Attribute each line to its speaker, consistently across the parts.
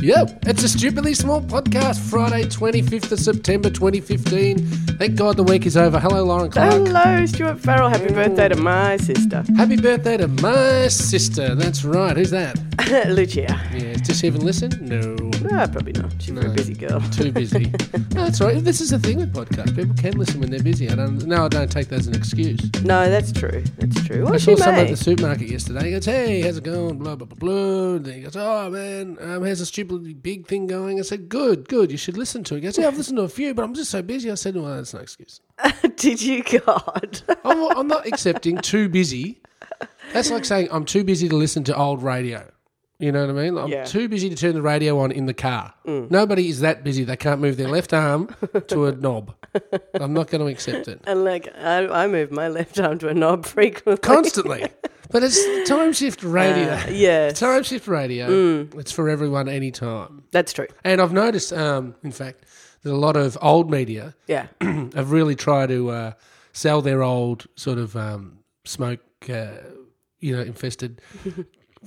Speaker 1: Yep, it's a stupidly small podcast. Friday, twenty fifth of September, twenty fifteen. Thank God the week is over. Hello, Lauren Clark.
Speaker 2: Hello, Stuart Farrell. Happy birthday to my sister,
Speaker 1: Happy birthday to my sister. That's right. Who's that?
Speaker 2: Lucia.
Speaker 1: Yeah, does she even listen? No.
Speaker 2: No, probably not. She's a
Speaker 1: No.
Speaker 2: very busy girl.
Speaker 1: Too busy. no, that's right. This is the thing with podcasts. People can listen when they're busy. I don't. No, I don't take that as an excuse.
Speaker 2: No, that's true. That's true. Well,
Speaker 1: I
Speaker 2: she
Speaker 1: saw someone at
Speaker 2: may.
Speaker 1: the supermarket yesterday. He goes, "Hey, how's it going?" Blah blah blah blah. And then he goes, "Oh man, um, how's a stupid big thing going?" I said, "Good, good. You should listen to it." He goes, "Yeah, I've listened to a few, but I'm just so busy." I said, "Well, that's no excuse.
Speaker 2: Did you, God?
Speaker 1: I'm, I'm not accepting too busy. That's like saying I'm too busy to listen to old radio. You know what I mean? Like, I'm
Speaker 2: Yeah.
Speaker 1: too busy to turn the radio on in the car. Nobody is that busy. They can't move their left arm to a knob. I'm not going to accept it.
Speaker 2: and like, I, I move my left arm to a knob frequently.
Speaker 1: Constantly. But it's time shift radio.
Speaker 2: Uh, yeah,
Speaker 1: Time shift radio. It's for everyone, anytime.
Speaker 2: that's true.
Speaker 1: And I've noticed, um, in fact, that a lot of old media
Speaker 2: Yeah,
Speaker 1: have really tried to uh, sell their old sort of um, smoke, uh, you know, infested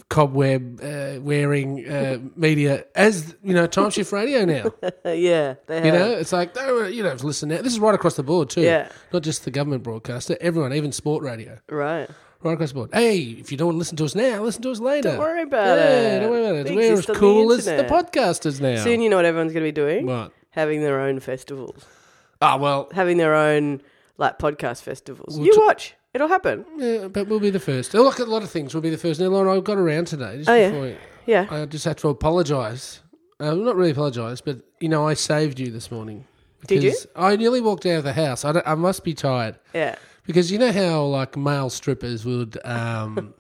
Speaker 1: cobweb uh, wearing uh, media as you know time shift radio now.
Speaker 2: Uh, yeah, they have.
Speaker 1: You know, it's like oh, you know, listen now. This is right across the board too.
Speaker 2: Yeah.
Speaker 1: Not just the government broadcaster, everyone, even sport radio.
Speaker 2: Right.
Speaker 1: Right across the board. Hey, if you don't want to listen to us now, listen to us later.
Speaker 2: Don't worry about
Speaker 1: Yeah,
Speaker 2: it.
Speaker 1: don't worry about it.
Speaker 2: We
Speaker 1: We're as
Speaker 2: exist on the
Speaker 1: cool as the
Speaker 2: internet.
Speaker 1: podcasters now.
Speaker 2: Soon you know what everyone's going to be doing?
Speaker 1: What?
Speaker 2: Having their own festivals,
Speaker 1: Ah, well,
Speaker 2: having their own like podcast festivals.
Speaker 1: Well,
Speaker 2: you
Speaker 1: t-
Speaker 2: watch, it'll happen.
Speaker 1: yeah, but we'll be the first. Oh, Look, a lot of things. We'll be the first. Now, Lauren, I got around today. Just
Speaker 2: Oh, yeah.
Speaker 1: before you-
Speaker 2: Yeah.
Speaker 1: I just had to apologise. Uh, not really apologise, but, you know, I saved you this morning.
Speaker 2: Did you?
Speaker 1: Because I nearly walked out of the house. I, don't- I must be tired.
Speaker 2: yeah.
Speaker 1: Because you know how, like, male strippers would, um,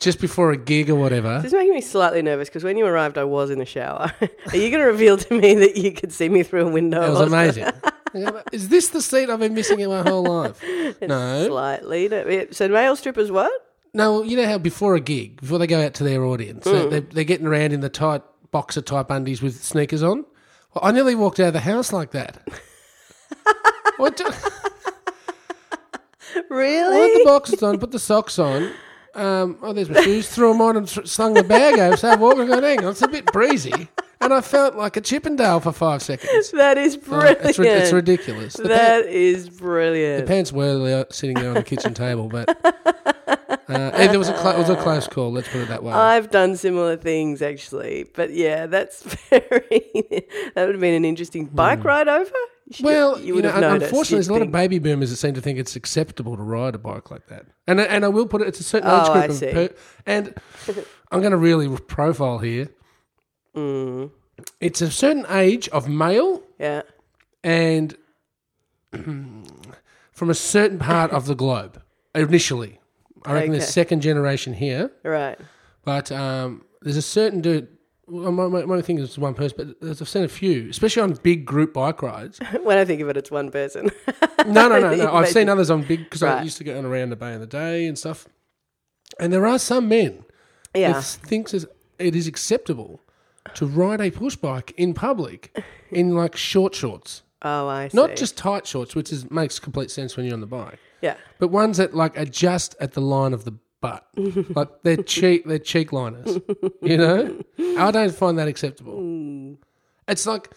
Speaker 1: just before a gig or whatever.
Speaker 2: This is making me slightly nervous because when you arrived, I was in the shower. Are you going to reveal to me that you could see me through a window?
Speaker 1: It was
Speaker 2: Also,
Speaker 1: amazing. Is this the seat I've been missing in my whole life? No.
Speaker 2: Slightly. no- yeah, So male strippers, what?
Speaker 1: No, well, you know how before a gig, before they go out to their audience,
Speaker 2: Hmm.
Speaker 1: they, they, they're getting around in the tight boxer type undies with sneakers on? Well, I nearly walked out of the house like that. I took, I
Speaker 2: Really?
Speaker 1: had the boxers on, put the socks on. Um, oh, there's my shoes. Threw them on and thr- slung the bag over. So I walked and going, hang on, it's a bit breezy. And I felt like a Chippendale for five seconds. Um,
Speaker 2: That is brilliant.
Speaker 1: Oh, It's, ri- it's ridiculous. The pa-
Speaker 2: That is brilliant.
Speaker 1: Pants were there- sitting there on the kitchen table, but uh, hey, there was a clo- it was a close call. Let's put it that way.
Speaker 2: I've done similar things actually, but yeah, that's very. that would have been an interesting bike ride over. You should-
Speaker 1: Hmm. well, you, know,
Speaker 2: have noticed,
Speaker 1: unfortunately,
Speaker 2: you'd
Speaker 1: there's a lot of
Speaker 2: think.
Speaker 1: baby boomers that seem to think it's acceptable to ride a bike like that. And I- and I will put it. It's a certain
Speaker 2: Oh,
Speaker 1: age
Speaker 2: I
Speaker 1: group. of
Speaker 2: see.
Speaker 1: and I'm going to really profile here.
Speaker 2: Mm.
Speaker 1: It's a certain age of male
Speaker 2: yeah.
Speaker 1: and from a certain part of the globe initially. I reckon
Speaker 2: Okay.
Speaker 1: there's second generation here.
Speaker 2: Right.
Speaker 1: But um, there's a certain dude. Well, my, my, my thing is one person, but there's- I've seen a few, especially on big group bike rides.
Speaker 2: when I think of it, it's one person.
Speaker 1: No, no, no,
Speaker 2: You
Speaker 1: no. I've seen
Speaker 2: imagine.
Speaker 1: others on big because I
Speaker 2: Right.
Speaker 1: used to go on around the bay in the day and stuff. And there are some men
Speaker 2: yeah.
Speaker 1: that thinks it's- it is acceptable to ride a push bike in public in like short shorts,
Speaker 2: oh, I see.
Speaker 1: not just tight shorts, which is makes complete sense when you're on the bike,
Speaker 2: yeah.
Speaker 1: but ones that like are just at the line of the butt, like they're cheek, they're cheek liners. You know, I don't find that acceptable.
Speaker 2: Mm.
Speaker 1: It's like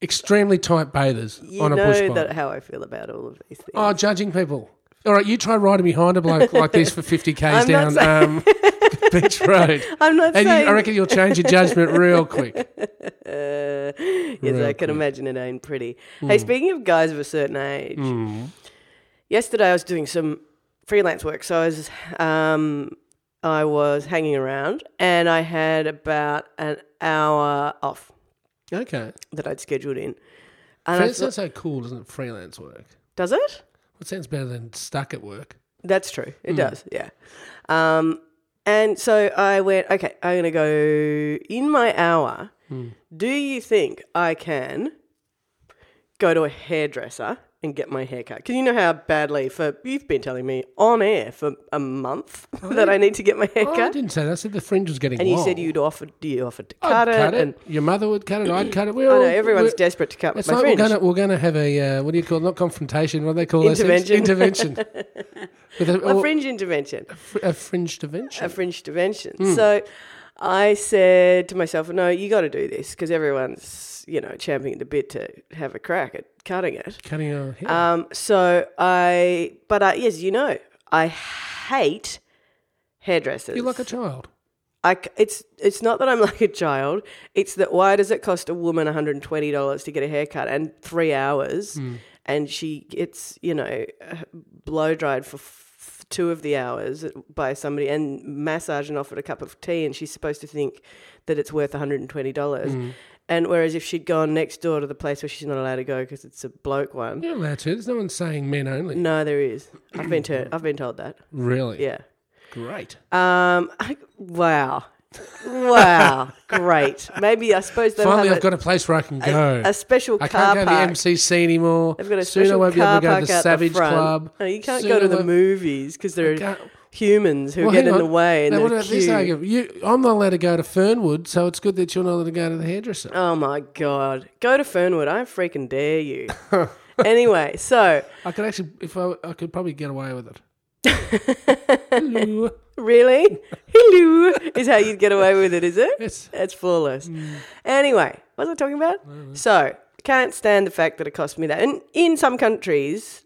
Speaker 1: extremely tight bathers
Speaker 2: You
Speaker 1: on a push
Speaker 2: know
Speaker 1: bike.
Speaker 2: that how I feel about all of these things.
Speaker 1: Oh, judging people. All right, you try riding behind a bloke like this for fifty k's
Speaker 2: I'm not
Speaker 1: down um, Beach Road,
Speaker 2: I'm not
Speaker 1: and you,
Speaker 2: saying.
Speaker 1: I reckon you'll change your judgment real quick.
Speaker 2: Uh, yes,
Speaker 1: Real Mm.
Speaker 2: I can imagine it ain't pretty. Hey, speaking of guys of a certain age, yesterday I was doing some freelance work, so I was um, I was hanging around, and I had about an hour off
Speaker 1: Okay,
Speaker 2: that I'd scheduled in. And
Speaker 1: that
Speaker 2: I thought,
Speaker 1: sounds so cool, doesn't it? Freelance work.
Speaker 2: does it?
Speaker 1: It sounds better than stuck at work.
Speaker 2: That's true.
Speaker 1: Hmm.
Speaker 2: It does. Yeah. Um, and so I went, okay, I'm going to go in my hour.
Speaker 1: Hmm.
Speaker 2: Do you think I can go to a hairdresser and get my hair cut? Because you know how badly for you've been telling me on air for a month that I need to get my hair
Speaker 1: Oh, I
Speaker 2: cut.
Speaker 1: didn't say that. I said the fringe was getting.
Speaker 2: And you
Speaker 1: long.
Speaker 2: said you'd offer, you offered to
Speaker 1: I'd
Speaker 2: cut it, and
Speaker 1: Your mother would cut it. I'd cut it. We're
Speaker 2: I know
Speaker 1: all-
Speaker 2: everyone's
Speaker 1: we're-
Speaker 2: desperate to cut
Speaker 1: It's
Speaker 2: my
Speaker 1: like
Speaker 2: fringe.
Speaker 1: we're gonna we're gonna have a uh, what do you call it? not confrontation? What do they call those things? Intervention. With a,
Speaker 2: a
Speaker 1: or
Speaker 2: fringe intervention.
Speaker 1: fr- a fringe intervention.
Speaker 2: a fringe intervention. So I said to myself, no, you got to do this because everyone's, you know, champing at the bit to have a crack at cutting it.
Speaker 1: Cutting your hair.
Speaker 2: Um, so I, but I, yes, you know, I hate hairdressers.
Speaker 1: You're like a child.
Speaker 2: I c it's it's not that I'm like a child. It's that why does it cost a woman $120 to get a haircut and three hours, and she gets you know blow dried for f- two of the hours by somebody and massage and offered a cup of tea, and she's supposed to think that it's worth $120. And whereas if she'd gone next door to the place where she's not allowed to go because it's a bloke one,
Speaker 1: You're not allowed to. There's no one saying men only.
Speaker 2: no, there is. I've been ter- I've been told that.
Speaker 1: Really?
Speaker 2: Yeah.
Speaker 1: Great.
Speaker 2: Um, I, wow, wow, great. Maybe I suppose they'll
Speaker 1: Finally,
Speaker 2: have
Speaker 1: I've got a place where I can go.
Speaker 2: a, a special
Speaker 1: I
Speaker 2: car
Speaker 1: can't go
Speaker 2: park.
Speaker 1: to the MCC anymore.
Speaker 2: They've got a
Speaker 1: Soon I
Speaker 2: special
Speaker 1: won't be able
Speaker 2: car
Speaker 1: to go to
Speaker 2: park out
Speaker 1: the Savage
Speaker 2: front.
Speaker 1: Club.
Speaker 2: No, you can't
Speaker 1: Soon
Speaker 2: go to
Speaker 1: I
Speaker 2: the
Speaker 1: won't-
Speaker 2: movies because there are
Speaker 1: can't-
Speaker 2: humans who
Speaker 1: Well,
Speaker 2: get
Speaker 1: hang
Speaker 2: in the
Speaker 1: on.
Speaker 2: way and
Speaker 1: Now,
Speaker 2: they're
Speaker 1: what about this
Speaker 2: cute.
Speaker 1: argument? You, I'm not allowed to go to Fernwood, so it's good that you're not allowed to go to the hairdresser.
Speaker 2: Oh my god, go to Fernwood! I freaking dare you. anyway, so
Speaker 1: I could actually, if I, I could probably get away with it. Hello.
Speaker 2: really, hello is how you'd get away with it, is it?
Speaker 1: It's
Speaker 2: It's flawless.
Speaker 1: Mm.
Speaker 2: Anyway, what was I talking about? So, can't stand the fact that it cost me that. And in some countries,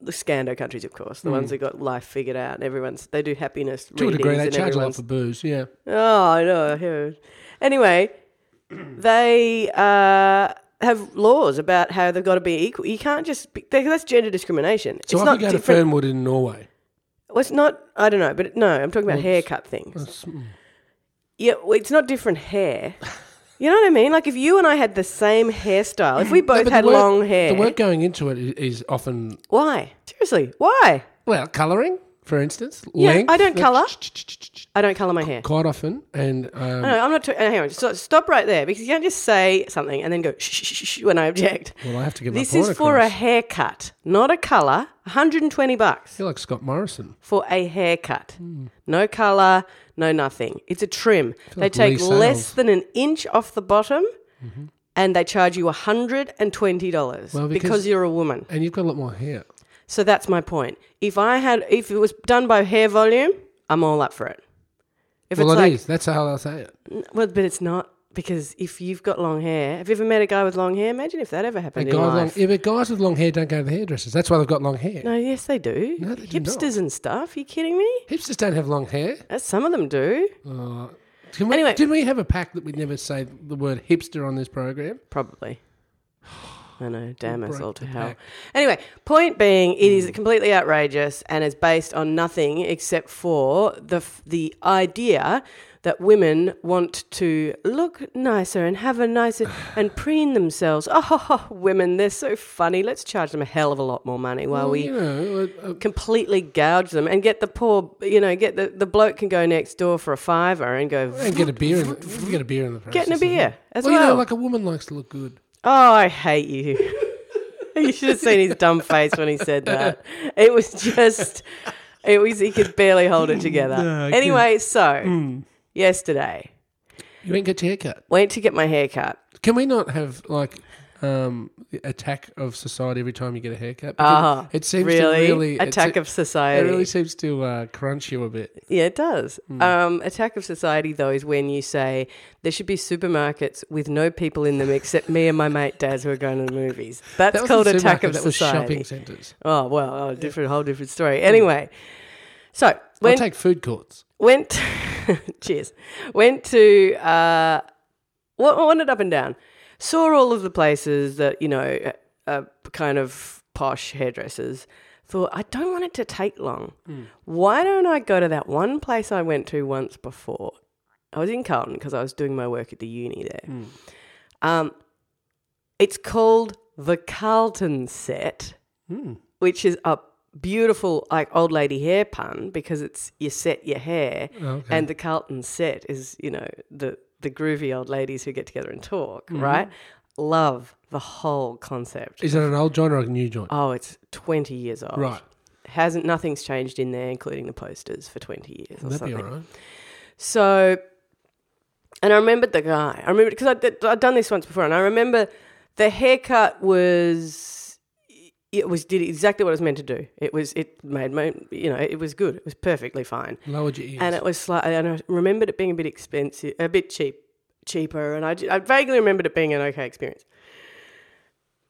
Speaker 2: the Scando countries, of course, the ones that got life figured out, and everyone's they do happiness
Speaker 1: Mm. to a
Speaker 2: readings
Speaker 1: degree they
Speaker 2: and
Speaker 1: charge a lot
Speaker 2: everyone's.
Speaker 1: for booze. Yeah,
Speaker 2: Oh, I know. I hear it. Anyway, they uh, have laws about how they've got to be equal. You can't just be, they- that's gender discrimination.
Speaker 1: so
Speaker 2: it's
Speaker 1: I
Speaker 2: not
Speaker 1: could go to
Speaker 2: different.
Speaker 1: Fernwood in Norway.
Speaker 2: well, it's not. I don't know, but no, I'm talking about haircut things.
Speaker 1: That's- mm.
Speaker 2: Yeah, well, it's not different hair. You know what I mean? Like if you and I had the same hairstyle, if we
Speaker 1: No,
Speaker 2: both
Speaker 1: but
Speaker 2: had
Speaker 1: the work-
Speaker 2: long hair,
Speaker 1: The work going into it i- is often
Speaker 2: why? Seriously, why?
Speaker 1: well, colouring, for instance,
Speaker 2: Yeah,
Speaker 1: length.
Speaker 2: I don't colour. I don't colour my hair.
Speaker 1: quite often, and um,
Speaker 2: No, I'm not. T- hang on, so, stop right there because you can't just say something and then go shh, shh, shh, shh when I object.
Speaker 1: well, I have to get
Speaker 2: This
Speaker 1: my point
Speaker 2: is for a
Speaker 1: across.
Speaker 2: haircut, not a colour. 120 bucks
Speaker 1: You're like Scott Morrison.
Speaker 2: for a haircut.
Speaker 1: Hmm.
Speaker 2: No colour, no nothing. It's a trim. They
Speaker 1: like
Speaker 2: take
Speaker 1: Lee
Speaker 2: less
Speaker 1: Sales. Mm-hmm.
Speaker 2: than an inch off the bottom, and they charge you 120 dollars
Speaker 1: Well,
Speaker 2: because,
Speaker 1: because-
Speaker 2: you're a woman.
Speaker 1: And you've got a lot more hair.
Speaker 2: So that's my point. If I had, if it was done by hair volume, I'm all up for it. If
Speaker 1: Well, it
Speaker 2: it's
Speaker 1: is.
Speaker 2: like,
Speaker 1: That's how I say it.
Speaker 2: well, but it's not because if you've got long hair, have you ever met a guy with long hair? Imagine if that ever
Speaker 1: A
Speaker 2: happened
Speaker 1: guy
Speaker 2: in
Speaker 1: with long,
Speaker 2: life.
Speaker 1: yeah, but guys with long hair don't go to the hairdressers. That's why they've got long hair.
Speaker 2: no, yes, they do.
Speaker 1: No, they do not.
Speaker 2: Hipsters and stuff. you kidding me?
Speaker 1: Hipsters don't have long hair.
Speaker 2: Uh, Some of them do,
Speaker 1: Uh, can we,
Speaker 2: Anyway.
Speaker 1: Did we have a pact that we'd never say the word hipster on this program?
Speaker 2: probably. I know, damn us
Speaker 1: break
Speaker 2: all to
Speaker 1: the
Speaker 2: hell.
Speaker 1: pact.
Speaker 2: Anyway, point being, it
Speaker 1: Hmm.
Speaker 2: is completely outrageous and is based on nothing except for the f- the idea that women want to look nicer and have a nicer and preen themselves. Oh, women, they're so funny. Let's charge them a hell of a lot more money while we
Speaker 1: you know, uh, uh,
Speaker 2: completely gouge them and get the poor, you know, get the, the bloke can go next door for a fiver and go
Speaker 1: and get a beer in the, get a beer in the process.
Speaker 2: getting a beer as
Speaker 1: Well,
Speaker 2: well.
Speaker 1: you know, like a woman likes to look good.
Speaker 2: Oh, I hate you. you should have seen his dumb face when he said that. It was just, it was, he could barely hold it together.
Speaker 1: No, I Hmm.
Speaker 2: anyway, so yesterday,
Speaker 1: You ain't get your haircut.
Speaker 2: went to get my hair cut.
Speaker 1: Can we not have like um, the attack of society every time you get a haircut? Because
Speaker 2: Ah,
Speaker 1: it seems
Speaker 2: really,
Speaker 1: to really it
Speaker 2: attack
Speaker 1: se-
Speaker 2: of
Speaker 1: It
Speaker 2: society.
Speaker 1: really Hmm. seems to uh, crunch you a bit.
Speaker 2: yeah, it does. Um, attack of society, though, is when you say there should be supermarkets with no people in them except me and my mate Daz who are going to the movies. That's
Speaker 1: wasn't
Speaker 2: called attack
Speaker 1: supermarket,
Speaker 2: of
Speaker 1: that was
Speaker 2: society.
Speaker 1: shopping centres.
Speaker 2: Oh well, oh, different, whole different story. Anyway, so
Speaker 1: I'll
Speaker 2: went
Speaker 1: take food courts.
Speaker 2: went cheers went to uh wa- wandered up and down saw all of the places that you know uh, uh, kind of posh hairdressers thought i don't want it to take long why don't i go to that one place i went to once before i was in carlton because i was doing my work at the uni there um, it's called the carlton set
Speaker 1: Hmm.
Speaker 2: which is a beautiful like old lady hair pun because it's you set your hair
Speaker 1: Oh, okay.
Speaker 2: and the Carlton set is you know the the groovy old ladies who get together and talk right love the whole concept
Speaker 1: Mm-hmm. Is it an old joint or a new joint?
Speaker 2: oh it's 20 years old
Speaker 1: right.
Speaker 2: hasn't nothing's changed in there including the posters for 20 years or
Speaker 1: That'd
Speaker 2: something
Speaker 1: be all right.
Speaker 2: so, and I remembered the guy. I remember because I'd, I'd done this once before, and I remember the haircut was it was did exactly what it was meant to do. It was it made my you know it was good. It was perfectly fine,
Speaker 1: Lowered your ears.
Speaker 2: and it was slightly. And I remembered it being a bit expensive, a bit cheap, cheaper, and I, j- I vaguely remembered it being an okay experience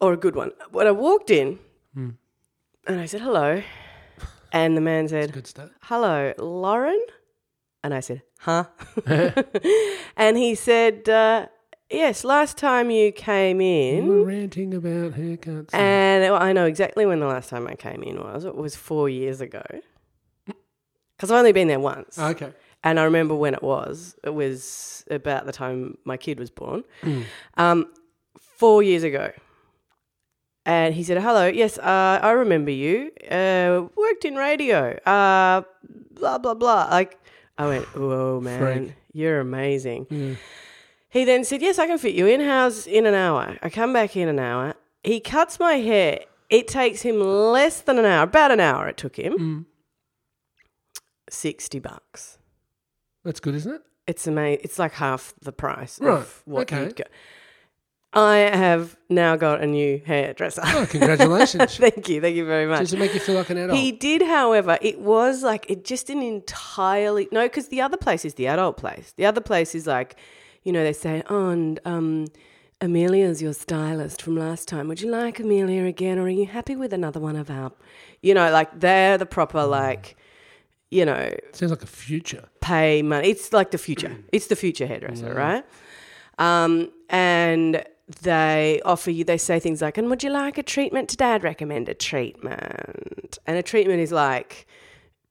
Speaker 2: or a good one. When I walked in, and I said hello, and the man said,
Speaker 1: Good start.
Speaker 2: hello, Lauren? And I said, huh? and he said, uh, yes, last time you came
Speaker 1: You
Speaker 2: in,
Speaker 1: were ranting about haircuts. and-
Speaker 2: and it- I know exactly when the last time I came in was. It was four years ago. Because I've only been there once.
Speaker 1: okay.
Speaker 2: And I remember when it was. It was about the time my kid was born, um, four years ago. And he said, "Hello, yes, uh, I remember you. Uh, worked in radio. Uh, blah blah blah." Like I went, "Whoa, man,
Speaker 1: Freak.
Speaker 2: you're amazing."
Speaker 1: Yeah.
Speaker 2: He then said, "Yes, I can fit you in. How's in an hour? I come back in an hour. He cuts my hair. It takes him less than an hour. About an hour it took him.
Speaker 1: Hmm.
Speaker 2: Sixty bucks."
Speaker 1: That's good, isn't it?
Speaker 2: It's amazing. It's like half the price
Speaker 1: Right,
Speaker 2: of what
Speaker 1: okay.
Speaker 2: you'd go. I have now got a new hairdresser.
Speaker 1: Oh, congratulations.
Speaker 2: thank you, thank you very much.
Speaker 1: Does it make you feel like an adult?
Speaker 2: He did, however, it was like it just an entirely no, because the other place is the adult place. The other place is like, you know, they say, oh, and um, Amelia's your stylist from last time. Would you like Amelia again, or are you happy with another one of our? You know, like they're the proper
Speaker 1: Hmm.
Speaker 2: like, you know,
Speaker 1: Sounds like a future.
Speaker 2: pay money. It's like the
Speaker 1: Mm.
Speaker 2: future. it's the future hairdresser, right? Um, and they offer you, they say things like, and would you like a treatment today? I'd recommend a treatment. And a treatment is like,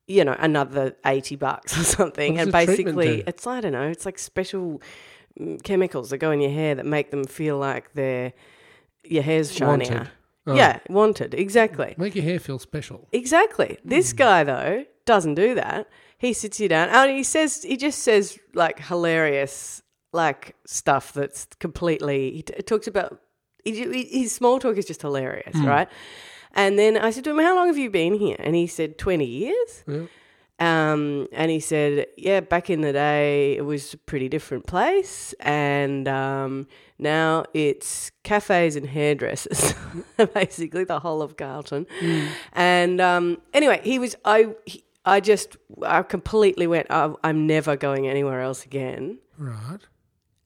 Speaker 2: you know, another 80 bucks or something.
Speaker 1: What does
Speaker 2: and
Speaker 1: a treatment
Speaker 2: basically,
Speaker 1: do?
Speaker 2: it's, I don't know, it's like special mm, chemicals that go in your hair that make them feel like they're, your hair's shinier.
Speaker 1: Wanted. Oh.
Speaker 2: Yeah, wanted, exactly.
Speaker 1: Make your hair feel special.
Speaker 2: Exactly. This guy though doesn't do that. He sits you down and he says he just says like hilarious like stuff that's completely. He t- talks about he, ju- he- his small talk is just hilarious, right? And then I said to him, "How long have you been here?" And he said, 20 years."
Speaker 1: Yeah.
Speaker 2: Um, and he said, "Yeah, back in the day, it was a pretty different place, and um, now it's cafes and hairdressers, basically the whole of Carlton." And um, anyway, he was I. He, I just I completely went. "Oh, I'm never going anywhere else again.
Speaker 1: Right.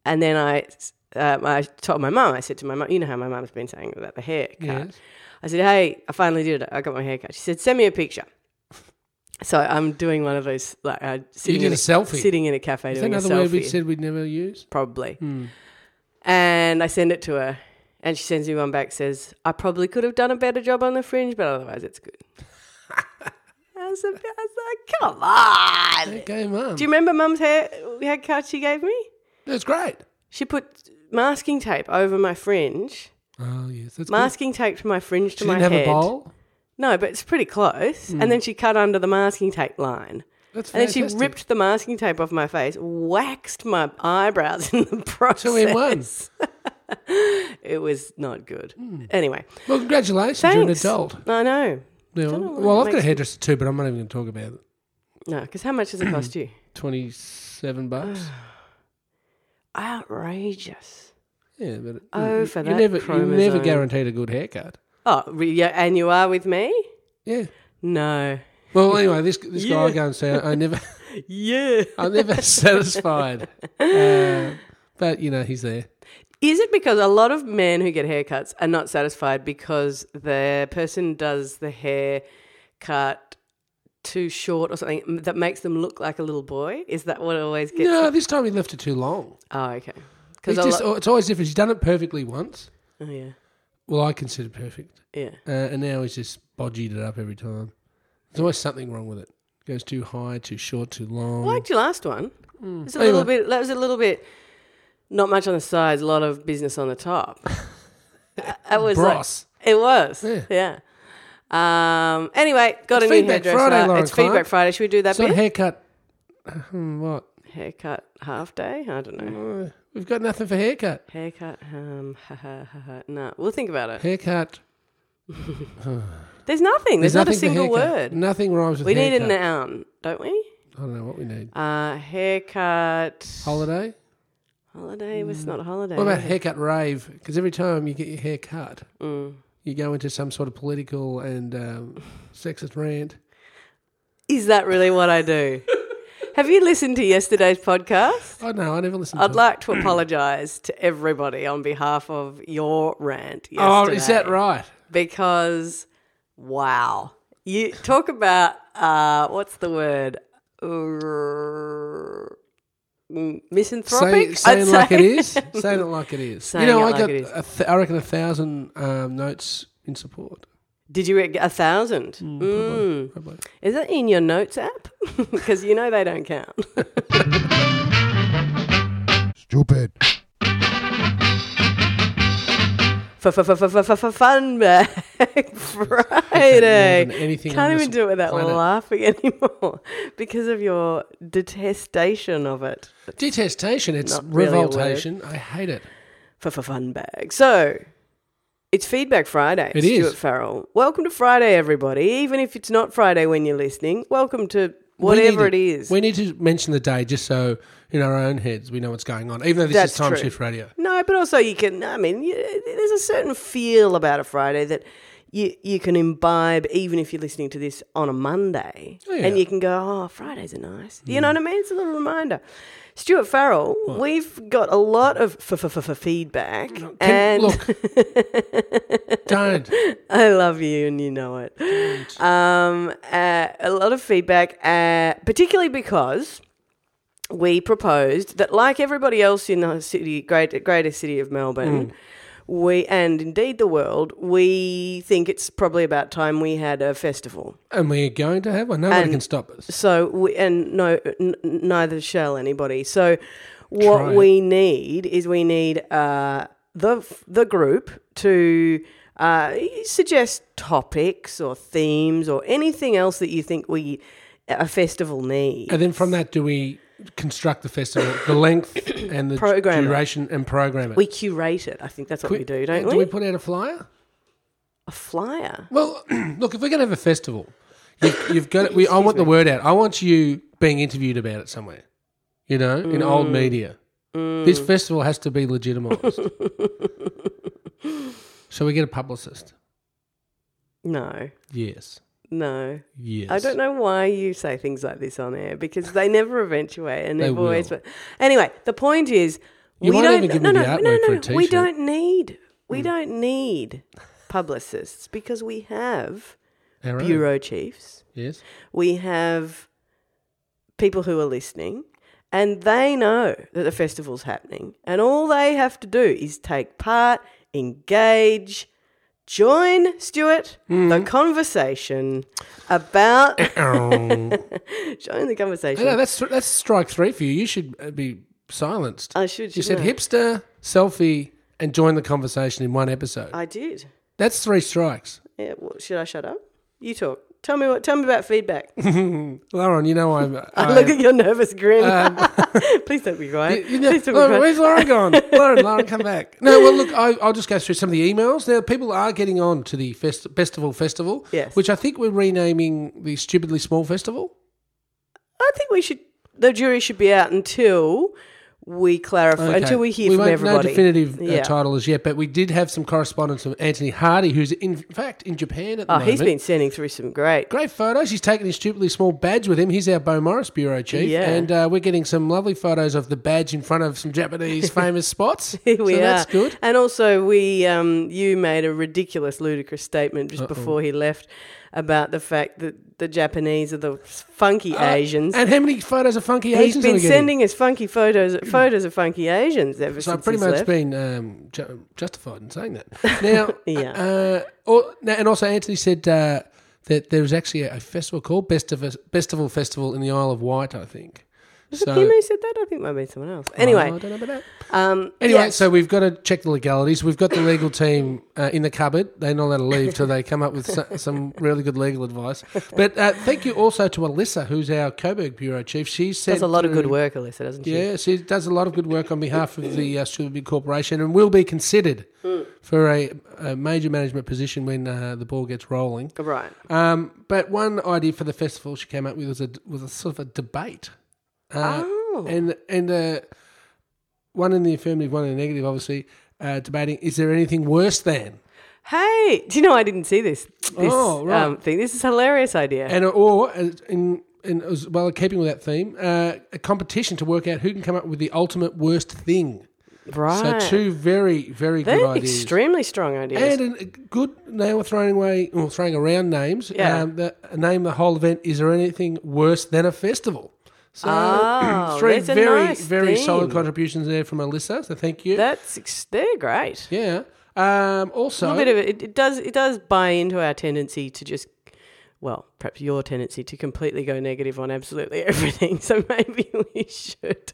Speaker 2: And then I, uh, I told my mum. I said to my mum, "You know how my mum's been saying about the haircut."
Speaker 1: Yes.
Speaker 2: I said, "Hey, I finally did it. I got my hair cut." She said, "Send me a picture." So I'm doing one of those like uh, sitting
Speaker 1: did
Speaker 2: in
Speaker 1: a selfie?
Speaker 2: sitting in a cafe
Speaker 1: Is that
Speaker 2: doing a
Speaker 1: another word we
Speaker 2: selfie,
Speaker 1: said Hmm. we'd never use?
Speaker 2: probably. And I send it to her, and she sends me one back. Says, "I probably could have done a better job on the fringe, but otherwise, it's good." I, was a, I was like, "Come on!"
Speaker 1: Okay, mum.
Speaker 2: Do you remember Mum's hair haircut she gave me?
Speaker 1: That's great.
Speaker 2: She put masking tape over my fringe,
Speaker 1: Oh, yes. That's good.
Speaker 2: masking tape to my fringe to
Speaker 1: She
Speaker 2: my
Speaker 1: didn't have
Speaker 2: head.
Speaker 1: a bowl.
Speaker 2: No, but it's pretty close. And then she cut under the masking tape line.
Speaker 1: That's
Speaker 2: And then
Speaker 1: fantastic.
Speaker 2: she ripped the masking tape off my face, waxed my eyebrows in the process.
Speaker 1: two in one.
Speaker 2: It was not good. Anyway,
Speaker 1: Well, congratulations. You're an
Speaker 2: thanks.
Speaker 1: adult.
Speaker 2: I know.
Speaker 1: Yeah,
Speaker 2: know
Speaker 1: well,
Speaker 2: why
Speaker 1: well,
Speaker 2: it
Speaker 1: I've got a
Speaker 2: makes-
Speaker 1: hairdresser too, but I'm not even going to talk about it.
Speaker 2: No, because how much does it cost you?
Speaker 1: 27 bucks.
Speaker 2: Outrageous.
Speaker 1: yeah, but it-
Speaker 2: Oh, for
Speaker 1: you
Speaker 2: that
Speaker 1: never, you never
Speaker 2: chromosome.
Speaker 1: guaranteed a good haircut.
Speaker 2: Oh, re- yeah, and you are with me?
Speaker 1: Yeah.
Speaker 2: No.
Speaker 1: Well, anyway, this this guy I
Speaker 2: Yeah.
Speaker 1: go and see, I, I never,
Speaker 2: Yeah.
Speaker 1: I'm never satisfied. Uh, but you know, he's there.
Speaker 2: Is it because a lot of men who get haircuts are not satisfied because the person does the hair cut too short or something that makes them look like a little boy? Is that what always gets?
Speaker 1: No, this time he left it too long.
Speaker 2: Oh, okay.
Speaker 1: It's
Speaker 2: Because a
Speaker 1: just
Speaker 2: lot.
Speaker 1: it's always different. He's done it perfectly once.
Speaker 2: Oh, yeah,
Speaker 1: Well, I consider perfect,
Speaker 2: yeah.
Speaker 1: uh, and now he's just bodgied it up every time. There's always something wrong with it. Goes too high, too short, too long.
Speaker 2: I liked your last one.
Speaker 1: Mm.
Speaker 2: It was a little bit. That was a little bit. Not much on the sides, a lot of business on the top. That was like-
Speaker 1: Brass.
Speaker 2: It was.
Speaker 1: Yeah.
Speaker 2: Yeah. Um. Anyway, got
Speaker 1: It's
Speaker 2: a new
Speaker 1: Feedback
Speaker 2: hairdresser.
Speaker 1: Friday, Lauren
Speaker 2: it's Feedback
Speaker 1: Clark.
Speaker 2: Friday. Should we do that
Speaker 1: it's not
Speaker 2: bit?
Speaker 1: haircut. Hmm, what?
Speaker 2: haircut half day? I don't know.
Speaker 1: Uh, we've got nothing for haircut.
Speaker 2: Haircut. Um, ha, ha, ha, ha. No, we'll think about it.
Speaker 1: Haircut.
Speaker 2: There's nothing. There's, not a
Speaker 1: nothing for
Speaker 2: single
Speaker 1: haircut.
Speaker 2: word.
Speaker 1: Nothing rhymes with
Speaker 2: we
Speaker 1: haircut.
Speaker 2: need e- a noun, don't we?
Speaker 1: I don't know what we need.
Speaker 2: Uh, haircut.
Speaker 1: Holiday. Mm.
Speaker 2: holiday was not a holiday.
Speaker 1: What about
Speaker 2: was it? Mm.
Speaker 1: haircut rave? Because every time you get your hair cut, You go into some sort of political and um, sexist rant.
Speaker 2: Is that really what I do? Have you listened to yesterday's podcast?
Speaker 1: Oh no, I never listened.
Speaker 2: I'd
Speaker 1: to
Speaker 2: like to apologise to everybody on behalf of your rant
Speaker 1: It. Oh, is
Speaker 2: yesterday
Speaker 1: that right?
Speaker 2: because wow, you talk about uh, what's the word? Uh, mm,
Speaker 1: Say,
Speaker 2: misanthropic.
Speaker 1: saying
Speaker 2: I'd
Speaker 1: like it
Speaker 2: say.
Speaker 1: is. Saying it like it is.
Speaker 2: Saying
Speaker 1: you know,
Speaker 2: it
Speaker 1: I
Speaker 2: like
Speaker 1: got.
Speaker 2: it is.
Speaker 1: A th- I reckon a thousand um, notes in support.
Speaker 2: Did you get a thousand? Mm.
Speaker 1: Probably.
Speaker 2: Is it in your notes app? Because you know they don't count.
Speaker 3: Stupid.
Speaker 2: Fun bag
Speaker 1: More than
Speaker 2: Friday.
Speaker 1: Anything.
Speaker 2: Can't
Speaker 1: on
Speaker 2: even
Speaker 1: this
Speaker 2: do it without
Speaker 1: planet.
Speaker 2: laughing anymore because of your detestation of it.
Speaker 1: Detestation. It's
Speaker 2: Not really a word.
Speaker 1: revoltation. I hate it.
Speaker 2: For fun bag. So it's Feedback Friday.
Speaker 1: It is.
Speaker 2: Stuart Farrell. Welcome to Friday, everybody. Even if it's not Friday when you're listening, welcome to whatever
Speaker 1: We need
Speaker 2: it
Speaker 1: to-
Speaker 2: is.
Speaker 1: We need to mention the day just so in our own heads we know what's going on. Even though this
Speaker 2: That's
Speaker 1: is time
Speaker 2: true.
Speaker 1: shift radio.
Speaker 2: No, but also you can. I mean, you, there's a certain feel about a Friday that you you can imbibe, even if you're listening to this on a Monday,
Speaker 1: Oh, yeah. Mm.
Speaker 2: and you can go, "Oh, Fridays are nice." You know what I mean? It's a little reminder. Stuart Farrell, we've got a lot of f- f- f- feedback,
Speaker 1: Can-
Speaker 2: and
Speaker 1: look, don't.
Speaker 2: I love you, and you know it. Um, uh, a lot of feedback, uh, particularly because we proposed that, like everybody else in the city, great, greater city of Melbourne, we and indeed the world, we think it's probably about time we had a festival.
Speaker 1: And we're going to have one. Nobody
Speaker 2: And-
Speaker 1: can stop us.
Speaker 2: So we and no, n- neither shall anybody. So what
Speaker 1: Try it.
Speaker 2: we need is we need uh, the the group to uh, suggest topics or themes or anything else that you think we a festival needs.
Speaker 1: And then from that, do we construct the festival, the length and the
Speaker 2: Program it.
Speaker 1: duration, and program it?
Speaker 2: We curate it. I think that's what we, do, don't
Speaker 1: do
Speaker 2: we?
Speaker 1: we put out a flyer?
Speaker 2: a flyer.
Speaker 1: Well, look, if we're going to have a festival, you've, you've got. We, I want the word out. I want you being interviewed about it somewhere. You know, in
Speaker 2: Mm.
Speaker 1: old media, this festival has to be legitimised. so we get a publicist.
Speaker 2: No,
Speaker 1: Yes.
Speaker 2: no.
Speaker 1: Yes.
Speaker 2: I don't know why you say things like this on air because they never eventuate and
Speaker 1: They
Speaker 2: they've always.
Speaker 1: will.
Speaker 2: But anyway, the point is,
Speaker 1: You
Speaker 2: we
Speaker 1: won't
Speaker 2: don't.
Speaker 1: even give
Speaker 2: no,
Speaker 1: me
Speaker 2: no,
Speaker 1: the Hmm.
Speaker 2: no,
Speaker 1: artwork
Speaker 2: no,
Speaker 1: for a
Speaker 2: no. We
Speaker 1: t-shirt.
Speaker 2: don't need. We don't need publicists because we have
Speaker 1: Our own.
Speaker 2: bureau chiefs.
Speaker 1: Yes.
Speaker 2: We have people who are listening. And they know that the festival's happening. And all they have to do is take part, engage, join, Stuart,
Speaker 1: Hmm.
Speaker 2: the conversation about
Speaker 1: Oh.
Speaker 2: Join the conversation.
Speaker 1: No, that's that's strike three for you. You should uh, be silenced.
Speaker 2: I should.
Speaker 1: you said
Speaker 2: shouldn't I?
Speaker 1: hipster, selfie, and join the conversation in one episode.
Speaker 2: I did.
Speaker 1: that's three strikes.
Speaker 2: Yeah, well, should I shut up? You talk. Tell me what. Tell me about feedback.
Speaker 1: Lauren, you know I'm.
Speaker 2: I
Speaker 1: I-
Speaker 2: look at your nervous grin. Please don't be
Speaker 1: Um, you-
Speaker 2: quiet.
Speaker 1: you know-
Speaker 2: Please don't be
Speaker 1: Lauren,
Speaker 2: quiet.
Speaker 1: where's Lauren gone? Lauren, Lauren, come back. No, well, look, I, I'll just go through some of the emails. Now, people are getting on to the fest- festival festival,
Speaker 2: Yes.
Speaker 1: which I think we're renaming the Stupidly Small Festival.
Speaker 2: I think we should. The jury should be out until we clarify.
Speaker 1: Okay.
Speaker 2: Until we hear from
Speaker 1: won't-
Speaker 2: everybody.
Speaker 1: No definitive uh,
Speaker 2: Yeah.
Speaker 1: title as yet, but we did have some correspondence from Anthony Hardy, who's in fact in Japan at the
Speaker 2: Oh,
Speaker 1: moment.
Speaker 2: he's been sending through some great.
Speaker 1: Great photos. He's taken his stupidly small badge with him. He's our Bo Morris bureau chief,
Speaker 2: Yeah.
Speaker 1: and uh, we're getting some lovely photos of the badge in front of some Japanese famous spots.
Speaker 2: Here we
Speaker 1: so
Speaker 2: are.
Speaker 1: that's good.
Speaker 2: And also, we um, you made a ridiculous, ludicrous statement just before he left about the fact that the Japanese are the funky Asians.
Speaker 1: Uh, And how many photos of funky
Speaker 2: He's
Speaker 1: Asians are
Speaker 2: been
Speaker 1: we getting?
Speaker 2: sending us funky photos, photos of funky Asians ever
Speaker 1: so
Speaker 2: since
Speaker 1: I've pretty
Speaker 2: he's
Speaker 1: much
Speaker 2: left.
Speaker 1: been um, ju- justified in saying that. Now,
Speaker 2: Yeah.
Speaker 1: uh, or, now- and also Anthony said uh, that there was actually a festival called Best of Festival Festival in the Isle of Wight, I think.
Speaker 2: Was it him who said that? I think it might have been someone else. Anyway,
Speaker 1: Oh, I don't know about that.
Speaker 2: um,
Speaker 1: Anyway,
Speaker 2: yes.
Speaker 1: so we've got to check the legalities. We've got the legal team uh, in the cupboard. They're not allowed to leave till they come up with so, some really good legal advice. But uh, thank you also to Alyssa, who's our Coburg bureau chief. She sent
Speaker 2: does a lot of good
Speaker 1: through-
Speaker 2: work, Alyssa, doesn't she?
Speaker 1: Yeah, she does a lot of good work on behalf of the uh, Super Big Corporation and will be considered
Speaker 2: Hmm.
Speaker 1: for a, a major management position when uh, the ball gets rolling.
Speaker 2: Right.
Speaker 1: Um, but one idea for the festival she came up with was a was a sort of a debate. Uh,
Speaker 2: Oh.
Speaker 1: and and uh, one in the affirmative, one in the negative. Obviously, uh, debating is there anything worse than
Speaker 2: Hey, do you know I didn't see this? this
Speaker 1: Oh, right.
Speaker 2: um, thing. This is a hilarious idea.
Speaker 1: and uh, or as- in in as well keeping with that theme, uh, a competition to work out who can come up with the ultimate worst thing.
Speaker 2: right.
Speaker 1: So two very very
Speaker 2: They're
Speaker 1: good ideas.
Speaker 2: extremely strong ideas.
Speaker 1: And an- a good now we're throwing away or throwing around names.
Speaker 2: Yeah.
Speaker 1: Um, the, name the whole event. Is there anything worse than a festival? So
Speaker 2: Oh,
Speaker 1: uh, three
Speaker 2: that's a
Speaker 1: very
Speaker 2: nice
Speaker 1: very solid
Speaker 2: theme.
Speaker 1: contributions there from Alyssa. So thank you.
Speaker 2: That's ex- they're great.
Speaker 1: yeah. Um, also,
Speaker 2: A little bit of it, it does it does buy into our tendency to just well, perhaps your tendency to completely go negative on absolutely everything. So maybe we should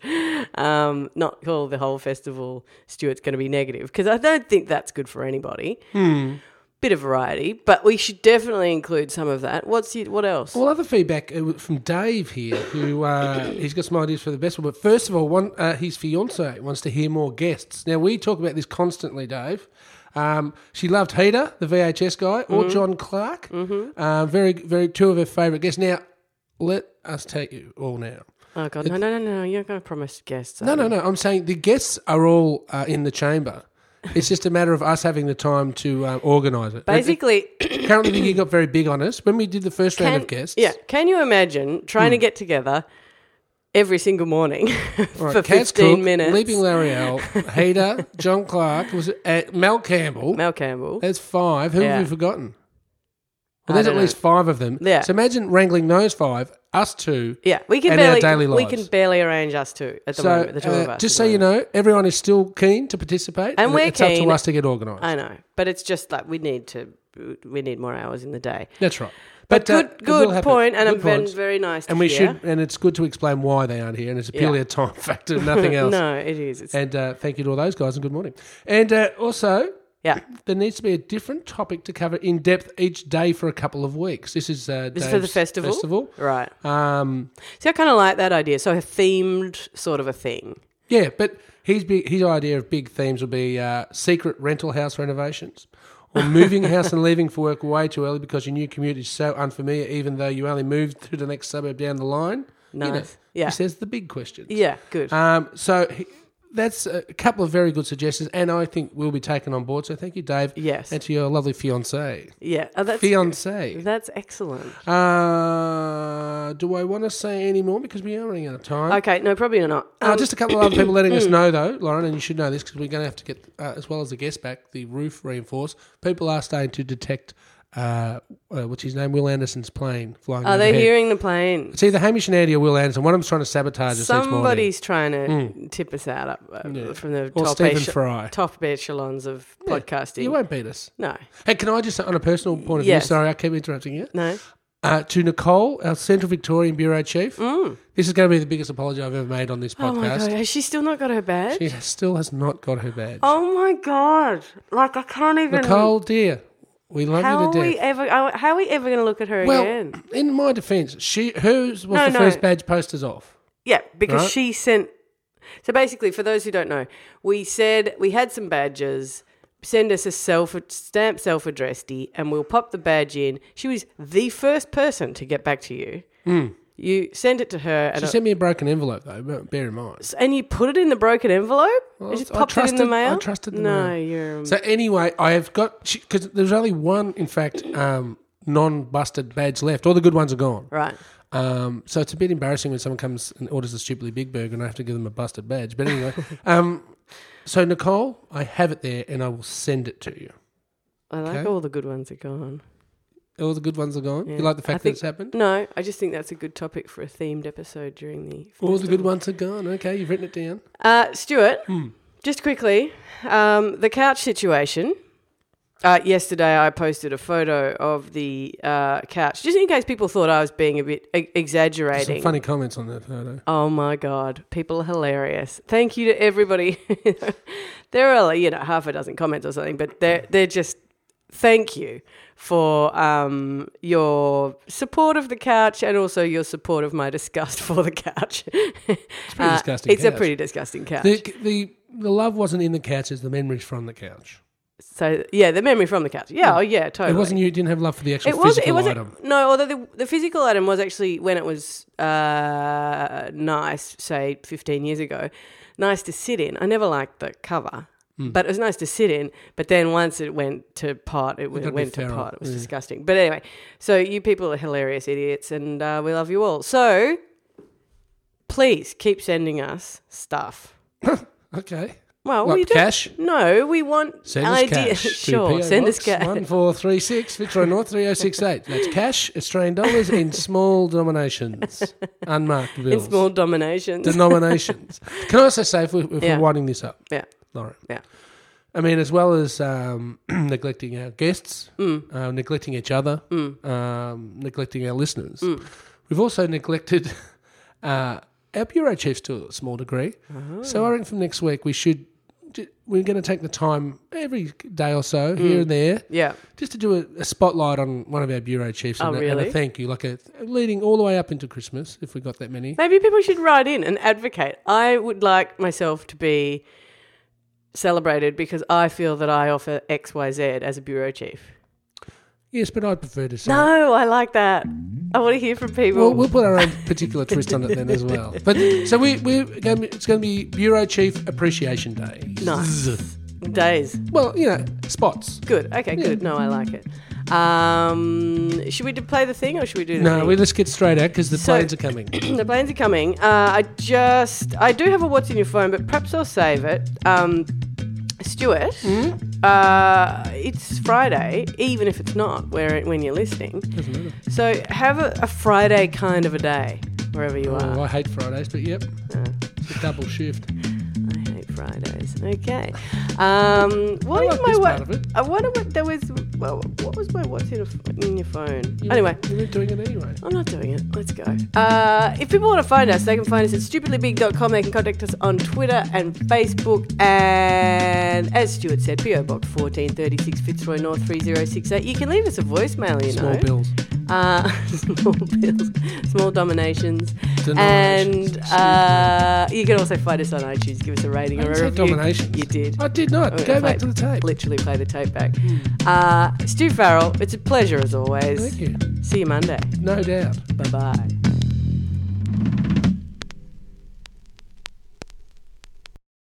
Speaker 2: um, not call the whole festival Stuart's going to be negative because I don't think that's good for anybody.
Speaker 1: Hmm.
Speaker 2: Bit of variety, but we should definitely include some of that. What's your, what else?
Speaker 1: Well, other feedback uh, from Dave here, who uh, he's got some ideas for the best one. But first of all, one uh, his fiance wants to hear more guests. Now we talk about this constantly, Dave. Um, she loved Heater, the VHS guy,
Speaker 2: Mm-hmm.
Speaker 1: or John Clark. Uh, very, very two of her favourite guests. Now let us take you all now.
Speaker 2: oh God, no, no, no, no! You're not going to promise guests.
Speaker 1: No, no, no. I'm saying the guests are all uh, in the chamber. It's just a matter of us having the time to uh, organise it.
Speaker 2: Basically,
Speaker 1: Currently, the year got very big on us. When we did the first round of guests, Hmm.
Speaker 2: Yeah. Can you imagine trying to get together every single morning
Speaker 1: All
Speaker 2: for
Speaker 1: right, Kat's
Speaker 2: 15
Speaker 1: Cook,
Speaker 2: minutes?
Speaker 1: Leaping L'Oreal, Hader, John Clark, was it, uh, Mel Campbell.
Speaker 2: Mel Campbell.
Speaker 1: That's five. Who
Speaker 2: Yeah.
Speaker 1: have we forgotten? Well,
Speaker 2: I
Speaker 1: there's at
Speaker 2: don't
Speaker 1: least five of them.
Speaker 2: Yeah.
Speaker 1: So imagine wrangling those five, us two.
Speaker 2: Yeah, we can
Speaker 1: and our
Speaker 2: barely
Speaker 1: daily
Speaker 2: we
Speaker 1: lives.
Speaker 2: can barely arrange us two at the
Speaker 1: So
Speaker 2: moment. The two of
Speaker 1: uh,
Speaker 2: us.
Speaker 1: just
Speaker 2: at
Speaker 1: so
Speaker 2: the
Speaker 1: you
Speaker 2: moment.
Speaker 1: know, everyone is still keen to participate.
Speaker 2: And we're
Speaker 1: it's up
Speaker 2: keen.
Speaker 1: to us to get organised.
Speaker 2: I know, but it's just like we need to we need more hours in the day.
Speaker 1: That's right.
Speaker 2: But,
Speaker 1: uh,
Speaker 2: good,
Speaker 1: it will
Speaker 2: good
Speaker 1: happen.
Speaker 2: point, and
Speaker 1: Good
Speaker 2: I've been
Speaker 1: points.
Speaker 2: very nice. To
Speaker 1: And we
Speaker 2: hear.
Speaker 1: should, and it's good to explain why they aren't here, and it's purely a time factor, nothing else.
Speaker 2: No, it is. It's,
Speaker 1: And uh, thank you to all those guys, and good morning. And uh, also,
Speaker 2: yeah,
Speaker 1: there needs to be a different topic to cover in depth each day for a couple of weeks. This is uh,
Speaker 2: This is for the
Speaker 1: Dave's
Speaker 2: festival? right.
Speaker 1: Um,
Speaker 2: See, I kind of like that idea. So a themed sort of a thing.
Speaker 1: yeah, but his big, his idea of big themes would be uh, secret rental house renovations. Or moving house and leaving for work way too early because your new commute is so unfamiliar, even though you only moved to the next suburb down the line. You know,
Speaker 2: Nice. Yeah.
Speaker 1: He says the big question.
Speaker 2: Yeah, good.
Speaker 1: Um, so he, that's a couple of very good suggestions, and I think will be taken on board. So thank you, Dave.
Speaker 2: Yes.
Speaker 1: And to your lovely fiance.
Speaker 2: yeah, oh, that's
Speaker 1: Fiance.
Speaker 2: that's excellent.
Speaker 1: Uh, do I want to say any more because we are running out of time?
Speaker 2: Okay, Mm. no, probably not.
Speaker 1: Uh, just a couple of other people letting us know though, Lauren, and you should know this because we're going to have to get, uh, as well as the guest back, the roof reinforced. People are starting to detect uh, uh, what's his name, Will Anderson's plane flying.
Speaker 2: Are they
Speaker 1: overhead.
Speaker 2: hearing the plane?
Speaker 1: It's either Hamish and Andy or Will Anderson. One of them's trying to sabotage us each morning. Hmm.
Speaker 2: Somebody's trying to tip us out up uh, from the
Speaker 1: Or
Speaker 2: top,
Speaker 1: Stephen
Speaker 2: eche-
Speaker 1: Fry.
Speaker 2: top echelons of podcasting.
Speaker 1: You won't beat us.
Speaker 2: no,
Speaker 1: Hey, can I just, on a personal point of
Speaker 2: Yes.
Speaker 1: view, sorry, I keep interrupting you.
Speaker 2: no.
Speaker 1: Uh, to Nicole, our Central Victorian Bureau Chief, this is going to be the biggest apology I've ever made on this
Speaker 2: Mm. Oh my god,
Speaker 1: podcast.
Speaker 2: has she still not got her badge?
Speaker 1: she still has not got her badge.
Speaker 2: oh my god! Like I can't even.
Speaker 1: Nicole, dear, we love
Speaker 2: how
Speaker 1: you to
Speaker 2: are
Speaker 1: death.
Speaker 2: we ever? How are we ever going to look at her
Speaker 1: Well,
Speaker 2: again?
Speaker 1: in my defence, she hers was
Speaker 2: No,
Speaker 1: the
Speaker 2: no.
Speaker 1: first badge posters off.
Speaker 2: Yeah, because
Speaker 1: Right.
Speaker 2: she sent. So basically, for those who don't know, we said we had some badges. Send us a self stamp self addressedy, and we'll pop the badge in. She was the first person to get back to you. You sent it to her, and,
Speaker 1: Hmm. She sent me a broken envelope though. But bear in mind.
Speaker 2: and you put it in the broken envelope. you just
Speaker 1: I
Speaker 2: popped it in the
Speaker 1: trusted- I
Speaker 2: mail.
Speaker 1: trusted the
Speaker 2: no,
Speaker 1: mail.
Speaker 2: you're.
Speaker 1: So anyway, I have got because there's only one, in fact, um, non-busted badge left. All the good ones are gone.
Speaker 2: Right.
Speaker 1: Um, so it's a bit embarrassing when someone comes and orders a stupidly big burger and I have to give them a busted badge. But anyway, um, so Nicole, I have it there and I will send it to you.
Speaker 2: I like
Speaker 1: Okay.
Speaker 2: all the good ones are gone.
Speaker 1: All the good ones are gone.
Speaker 2: Yeah.
Speaker 1: You like the
Speaker 2: I
Speaker 1: fact that
Speaker 2: think-
Speaker 1: it's happened?
Speaker 2: No, I just think that's a good topic for a themed episode during the.
Speaker 1: All the
Speaker 2: festival.
Speaker 1: good ones are gone. Okay, you've written it down.
Speaker 2: Uh, Stuart,
Speaker 1: Hmm.
Speaker 2: just quickly, um, the couch situation. Uh, yesterday, I posted a photo of the uh, couch, just in case people thought I was being a bit e-
Speaker 1: Some
Speaker 2: exaggerating.
Speaker 1: funny comments on that photo.
Speaker 2: Oh my god, people are hilarious! Thank you to everybody. there are like, you know half a dozen comments or something, but they're they're just thank you for um, your support of the couch and also your support of my disgust for the couch. it's
Speaker 1: pretty disgusting
Speaker 2: Uh, It's a
Speaker 1: couch.
Speaker 2: pretty disgusting couch.
Speaker 1: The, the the love wasn't in the couch; it's the memories from the couch.
Speaker 2: So yeah, the memory from the couch. Yeah, oh yeah, totally.
Speaker 1: Hmm. It wasn't you didn't have love for the actual
Speaker 2: It was.
Speaker 1: physical
Speaker 2: It was.
Speaker 1: item.
Speaker 2: No, although the, the physical item was actually when it was uh, nice, say fifteen years ago, nice to sit in. I never liked the cover.
Speaker 1: Hmm.
Speaker 2: But it was nice to sit in. But then once it went to pot,
Speaker 1: got
Speaker 2: it
Speaker 1: a
Speaker 2: went,
Speaker 1: bit
Speaker 2: went to
Speaker 1: feral,
Speaker 2: pot. It was
Speaker 1: yeah.
Speaker 2: disgusting. But anyway, so you people are hilarious idiots, and uh, we love you all. So please keep sending us stuff.
Speaker 1: Okay.
Speaker 2: Well,
Speaker 1: What,
Speaker 2: we do
Speaker 1: cash?
Speaker 2: No, we want
Speaker 1: Send us
Speaker 2: ideas.
Speaker 1: cash. to
Speaker 2: sure,
Speaker 1: PO
Speaker 2: send us
Speaker 1: Box
Speaker 2: cash.
Speaker 1: 1436 Victoria North 3068. That's cash, Australian dollars in small denominations, unmarked
Speaker 2: in
Speaker 1: bills.
Speaker 2: small dominations.
Speaker 1: denominations. Can I also say, if, we, if
Speaker 2: Yeah.
Speaker 1: we're winding this up,
Speaker 2: yeah,
Speaker 1: Lauren?
Speaker 2: Yeah.
Speaker 1: I mean, as well as um, neglecting our guests,
Speaker 2: Mm,
Speaker 1: uh, neglecting each other, um, neglecting our listeners,
Speaker 2: Mm.
Speaker 1: we've also neglected uh, our bureau chiefs to a small degree.
Speaker 2: Ah.
Speaker 1: So I reckon from next week we should. ju- We're going to take the time every day or so
Speaker 2: Mm.
Speaker 1: here and there
Speaker 2: yeah.
Speaker 1: just to do a, a spotlight on one of our bureau chiefs
Speaker 2: Oh,
Speaker 1: and, a, and
Speaker 2: really?
Speaker 1: a thank you, like a leading all the way up into Christmas if we got that many.
Speaker 2: Maybe people should write in and advocate. I would like myself to be celebrated because I feel that I offer X, Y, Z as a bureau chief.
Speaker 1: Yes, but I prefer to say
Speaker 2: No, I like that. I want to hear from people.
Speaker 1: Well, we'll put our own particular twist on it then as well. But so we we it's going to be Bureau Chief Appreciation Day.
Speaker 2: nice days.
Speaker 1: Well, you know, spots.
Speaker 2: Good. Okay. Good. No, I like it. Um, should we do- play the thing or should we do the
Speaker 1: No,
Speaker 2: thing?
Speaker 1: we let's get straight out because the
Speaker 2: So-
Speaker 1: planes are coming.
Speaker 2: the planes are coming. Uh, I just, I do have a what's in your phone, but perhaps I'll save it. Um, Stuart,
Speaker 1: Hmm?
Speaker 2: uh, it's Friday, even if it's not where when you're listening. So have a, a Friday kind of a day wherever you
Speaker 1: Oh,
Speaker 2: are.
Speaker 1: I hate Fridays, but yep,
Speaker 2: Uh,
Speaker 1: it's a double shift.
Speaker 2: I hate Fridays. Okay. Um, what
Speaker 1: I
Speaker 2: is
Speaker 1: like
Speaker 2: my
Speaker 1: this
Speaker 2: what?
Speaker 1: part of it.
Speaker 2: I wonder what there was. Well, what was my what's in, a, in your phone?
Speaker 1: You-
Speaker 2: Anyway.
Speaker 1: you were doing it anyway.
Speaker 2: I'm not doing it. Let's go. Uh, if people want to find us, they can find us at stupidlybig.com. They can contact us on Twitter and Facebook. And as Stuart said, PO Box 1436 Fitzroy North 3068. You can leave us a voicemail, you
Speaker 1: Small
Speaker 2: know.
Speaker 1: bills.
Speaker 2: Uh, small bills, small dominations.
Speaker 1: Denominations.
Speaker 2: And uh, you can also find us on iTunes. Give us a rating
Speaker 1: I
Speaker 2: or
Speaker 1: didn't
Speaker 2: a
Speaker 1: say
Speaker 2: review.
Speaker 1: dominations.
Speaker 2: You did.
Speaker 1: I did not.
Speaker 2: I'm gonna
Speaker 1: Go back to
Speaker 2: play-
Speaker 1: the tape.
Speaker 2: Literally play the tape back. Uh, Stu Farrell, it's a pleasure as always.
Speaker 1: Thank you.
Speaker 2: See you Monday.
Speaker 1: No doubt.
Speaker 2: Bye bye.